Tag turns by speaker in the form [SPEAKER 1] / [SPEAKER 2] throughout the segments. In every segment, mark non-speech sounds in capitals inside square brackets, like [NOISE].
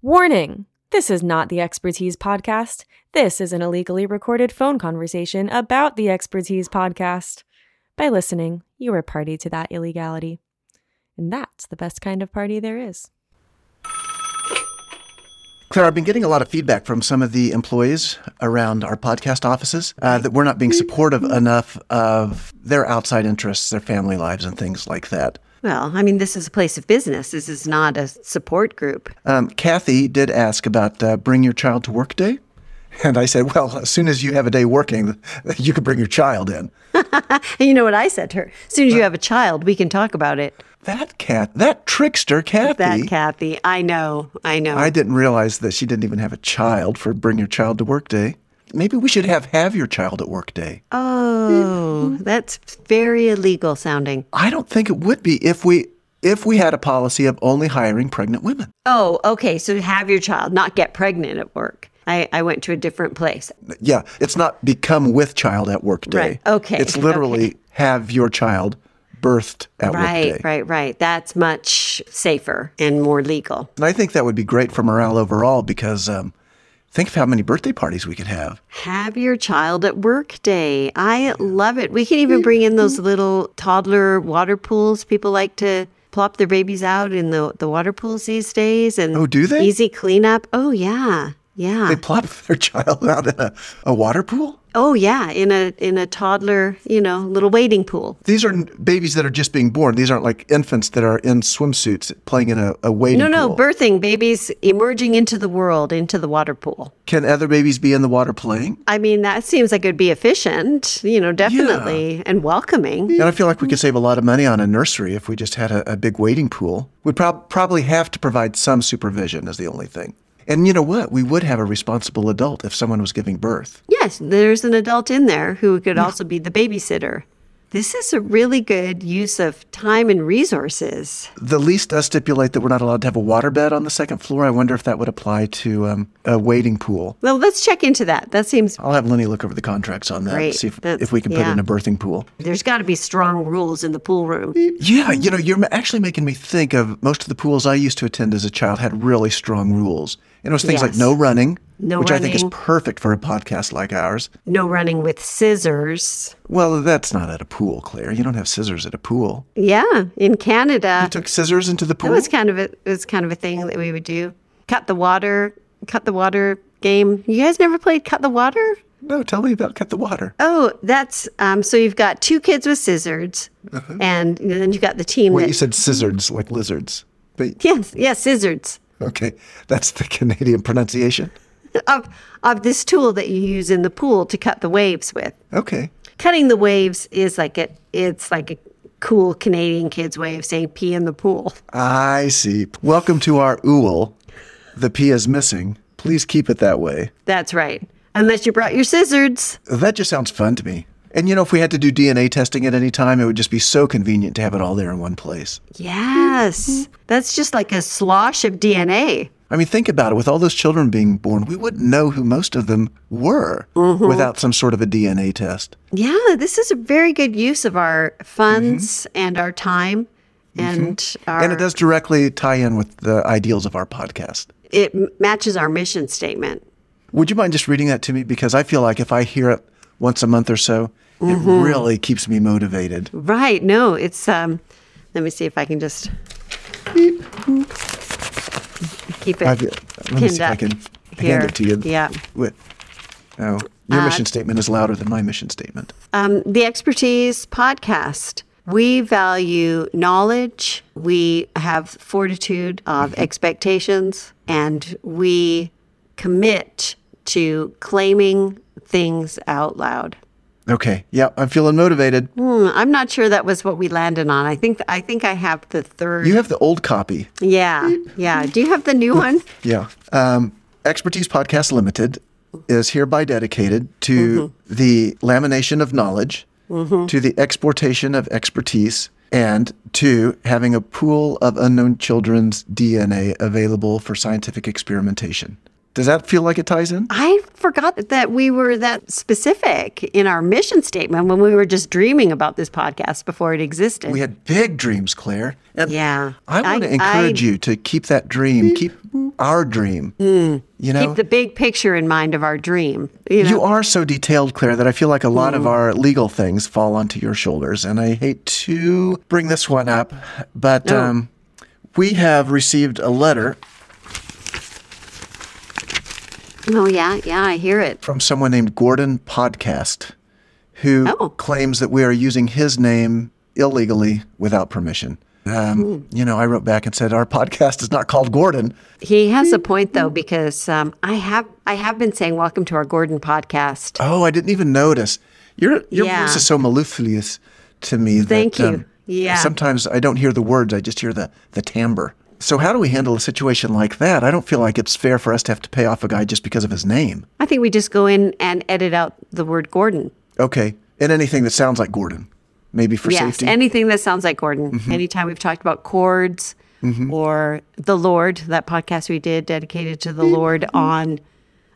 [SPEAKER 1] Warning! This is not the Expertise Podcast. This is an illegally recorded phone conversation about the Expertise Podcast. By listening, you are party to that illegality. And that's the best kind of party there is.
[SPEAKER 2] Claire, I've been getting a lot of feedback from some of the employees around our podcast offices uh, that we're not being supportive enough of their outside interests, their family lives, and things like that.
[SPEAKER 3] Well, I mean, this is a place of business. This is not a support group.
[SPEAKER 2] Um, Kathy did ask about uh, bring your child to work day. And I said, well, as soon as you have a day working, [LAUGHS] you can bring your child in.
[SPEAKER 3] And you know what I said to her? As soon as you have a child, we can talk about it.
[SPEAKER 2] That cat, that trickster Kathy.
[SPEAKER 3] That Kathy, I know, I know.
[SPEAKER 2] I didn't realize that she didn't even have a child for bring your child to work day. Maybe we should have have your child at work day.
[SPEAKER 3] oh,
[SPEAKER 2] Mm-hmm.
[SPEAKER 3] that's very illegal sounding.
[SPEAKER 2] I don't think it would be if we if we had a policy of only hiring pregnant women.
[SPEAKER 3] Oh, okay. So have your child, not get pregnant at work. I, I went to a different place.
[SPEAKER 2] Yeah, it's not become with child at work day.
[SPEAKER 3] Right, okay,
[SPEAKER 2] It's literally have your child birthed at
[SPEAKER 3] Right,
[SPEAKER 2] work day.
[SPEAKER 3] right, right. That's much safer and more legal.
[SPEAKER 2] And I think that would be great for morale overall because um, think of how many birthday parties we could have.
[SPEAKER 3] Have your child at work day. I love it. We can even bring in those
[SPEAKER 2] Mm-hmm.
[SPEAKER 3] little toddler water pools. People like to plop their babies out in the, the water pools these days and
[SPEAKER 2] Oh, do they?
[SPEAKER 3] easy cleanup. Oh yeah. Yeah.
[SPEAKER 2] They plop [LAUGHS] their child out in a, a water pool.
[SPEAKER 3] oh yeah, in a in a toddler, you know, little wading pool.
[SPEAKER 2] These are n- babies that are just being born. These aren't like infants that are in swimsuits playing in a, a wading
[SPEAKER 3] No, no,
[SPEAKER 2] pool.
[SPEAKER 3] birthing babies emerging into the world, into the water pool.
[SPEAKER 2] Can other babies be in the water playing?
[SPEAKER 3] I mean, that seems like it'd be efficient, you know, definitely and welcoming.
[SPEAKER 2] And I feel like we could save a lot of money on a nursery if we just had a, a big waiting pool. We'd prob- probably have to provide some supervision, is the only thing. And you know what? We would have a responsible adult if someone was giving birth.
[SPEAKER 3] Yes, there's an adult in there who could also be the babysitter. This is a really good use of time and resources.
[SPEAKER 2] The lease does stipulate that we're not allowed to have a water bed on the second floor. I wonder if that would apply to um, a waiting pool.
[SPEAKER 3] Well, let's check into that. That seems
[SPEAKER 2] I'll have Lenny look over the contracts on that,
[SPEAKER 3] Great.
[SPEAKER 2] see if,
[SPEAKER 3] That's-
[SPEAKER 2] if we can put
[SPEAKER 3] yeah.
[SPEAKER 2] in a birthing pool.
[SPEAKER 3] there's got to be strong rules in the pool room.
[SPEAKER 2] Yeah, you know, you're ma- actually making me think of most of the pools I used to attend as a child had really strong rules. And it was things like
[SPEAKER 3] Yes.
[SPEAKER 2] no running,
[SPEAKER 3] No
[SPEAKER 2] which I think is
[SPEAKER 3] running.
[SPEAKER 2] perfect for a podcast like ours.
[SPEAKER 3] No running with scissors.
[SPEAKER 2] Well, that's not at a pool, Claire. You don't have scissors at a pool.
[SPEAKER 3] Yeah, in Canada,
[SPEAKER 2] You took scissors into the
[SPEAKER 3] Uh, that
[SPEAKER 2] pool.
[SPEAKER 3] was kind of a it was kind of a thing that we would do. Cut the water, cut the water game. You guys never played cut the water?
[SPEAKER 2] No, tell me about cut the water.
[SPEAKER 3] Oh, that's um, so you've got two kids with scissors, and then you've got the team
[SPEAKER 2] Wait,
[SPEAKER 3] that
[SPEAKER 2] Uh-huh. you said scissors like lizards. But
[SPEAKER 3] yes, yes, scissors.
[SPEAKER 2] okay, that's the Canadian pronunciation.
[SPEAKER 3] of of this tool that you use in the pool to cut the waves with.
[SPEAKER 2] Okay.
[SPEAKER 3] Cutting the waves is like a it's like a cool Canadian kids way of saying pee in the pool.
[SPEAKER 2] I see. Welcome to our ool. The P is missing. Please keep it that way.
[SPEAKER 3] That's right. Unless you brought your scissors.
[SPEAKER 2] That just sounds fun to me. And you know, if we had to do DNA testing at any time, it would just be so convenient to have it all there in one place.
[SPEAKER 3] Yes.
[SPEAKER 2] Mm-hmm.
[SPEAKER 3] That's just like a slosh of DNA.
[SPEAKER 2] I mean, think about it. With all those children being born, we wouldn't know who most of them were
[SPEAKER 3] Mm-hmm.
[SPEAKER 2] without some sort of a DNA test.
[SPEAKER 3] Yeah, this is a very good use of our funds and our time and our
[SPEAKER 2] Mm-hmm. And it does directly tie in with the ideals of our podcast.
[SPEAKER 3] it m- matches our mission statement.
[SPEAKER 2] Would you mind just reading that to me? Because I feel like if I hear it once a month or so, it really keeps me motivated.
[SPEAKER 3] Mm-hmm. Right. No, it's um let me see if I can just keep it.
[SPEAKER 2] I've, let me see if I
[SPEAKER 3] pinned
[SPEAKER 2] can
[SPEAKER 3] up
[SPEAKER 2] hand it to
[SPEAKER 3] here.
[SPEAKER 2] you.
[SPEAKER 3] Yeah. Uh,
[SPEAKER 2] Wait. Oh, your mission statement is louder than my mission statement.
[SPEAKER 3] Um, the Expertise Podcast. We value knowledge. We have fortitude of
[SPEAKER 2] Mm-hmm.
[SPEAKER 3] expectations, and we commit to claiming things out loud.
[SPEAKER 2] Okay. Yeah, I'm feeling motivated.
[SPEAKER 3] Hmm, I'm not sure that was what we landed on. I think I think I have the third.
[SPEAKER 2] You have the old copy.
[SPEAKER 3] yeah, yeah. Do you have the new one?
[SPEAKER 2] Yeah. Um, Expertise Podcast Limited is hereby dedicated to the lamination of knowledge, to the exportation of expertise, and to having a pool of unknown children's DNA available for scientific experimentation. Does that feel like it ties in?
[SPEAKER 3] I forgot that we were that specific in our mission statement when we were just dreaming about this podcast before it existed.
[SPEAKER 2] We had big dreams, Claire. And
[SPEAKER 3] yeah.
[SPEAKER 2] I want to
[SPEAKER 3] I-
[SPEAKER 2] encourage you to keep that dream, keep
[SPEAKER 3] dream.
[SPEAKER 2] our dream. You know,
[SPEAKER 3] Keep the big picture in mind of our dream. You know,
[SPEAKER 2] you are so detailed, Claire, that I feel like a lot of our legal things fall onto your shoulders. And I hate to bring this one up, but um, we have received a letter
[SPEAKER 3] oh yeah, yeah, I hear it.
[SPEAKER 2] from someone named Gordon Podcast who
[SPEAKER 3] Oh.
[SPEAKER 2] claims that we are using his name illegally without permission. Um, You know, I wrote back and said, Our podcast is not called Gordon.
[SPEAKER 3] He has a point
[SPEAKER 2] Mm-hmm.
[SPEAKER 3] though, because um, I have I have been saying welcome to our Gordon podcast.
[SPEAKER 2] Oh, I didn't even notice. Your, your
[SPEAKER 3] Yeah.
[SPEAKER 2] voice is so mellifluous to me that um,
[SPEAKER 3] Thank you. Yeah.
[SPEAKER 2] sometimes I don't hear the words, I just hear the, the timbre. So, how do we handle a situation like that? I don't feel like it's fair for us to have to pay off a guy just because of his name.
[SPEAKER 3] I think we just go in and edit out the word Gordon.
[SPEAKER 2] Okay. And anything that sounds like Gordon, maybe for
[SPEAKER 3] Yes,
[SPEAKER 2] safety. Mm-hmm.
[SPEAKER 3] anything that sounds like Gordon. Anytime we've talked about chords or the Lord, that podcast we did dedicated to
[SPEAKER 2] Mm-hmm.
[SPEAKER 3] the Lord on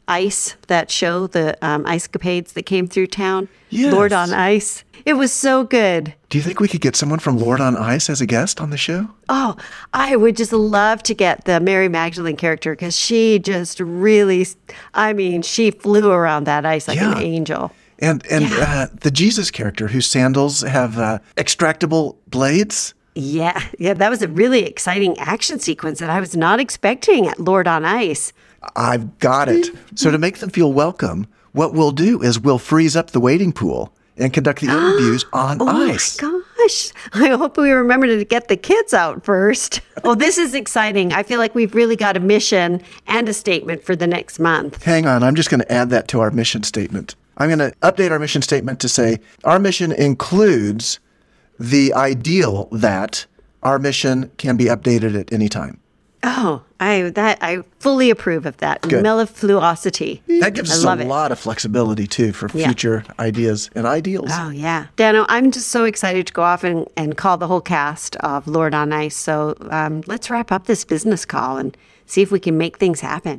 [SPEAKER 3] ice, that show, the um, ice capades that came through town, Lord
[SPEAKER 2] Yes.
[SPEAKER 3] on ice. It was so good.
[SPEAKER 2] Do you think we could get someone from Lord on Ice as a guest on the show?
[SPEAKER 3] Oh, I would just love to get the Mary Magdalene character because she just really, I mean, she flew around that ice like
[SPEAKER 2] Yeah.
[SPEAKER 3] an angel.
[SPEAKER 2] And and uh, the Jesus character whose sandals have uh, extractable blades.
[SPEAKER 3] Yeah, yeah, that was a really exciting action sequence that I was not expecting at Lord on Ice.
[SPEAKER 2] I've got it. so to make them feel welcome, what we'll do is we'll freeze up the waiting pool and conduct
[SPEAKER 3] [GASPS]
[SPEAKER 2] the interviews on
[SPEAKER 3] Oh
[SPEAKER 2] ice.
[SPEAKER 3] Gosh, [LAUGHS] I hope we remember to get the kids out first. [LAUGHS] Oh, this is exciting. I feel like we've really got a mission and a statement for the next month.
[SPEAKER 2] Hang on, I'm just going to add that to our mission statement. I'm going to update our mission statement to say our mission includes the ideal that our mission can be updated at any time.
[SPEAKER 3] Oh, I that I fully approve of that.
[SPEAKER 2] Good.
[SPEAKER 3] Mellifluosity.
[SPEAKER 2] That gives
[SPEAKER 3] I
[SPEAKER 2] us
[SPEAKER 3] love
[SPEAKER 2] a
[SPEAKER 3] it.
[SPEAKER 2] lot of flexibility too for
[SPEAKER 3] Yeah.
[SPEAKER 2] future ideas and ideals.
[SPEAKER 3] Oh yeah, Dano, I'm just so excited to go off and, and call the whole cast of Lord on Ice. So um, let's wrap up this business call and see if we can make things happen.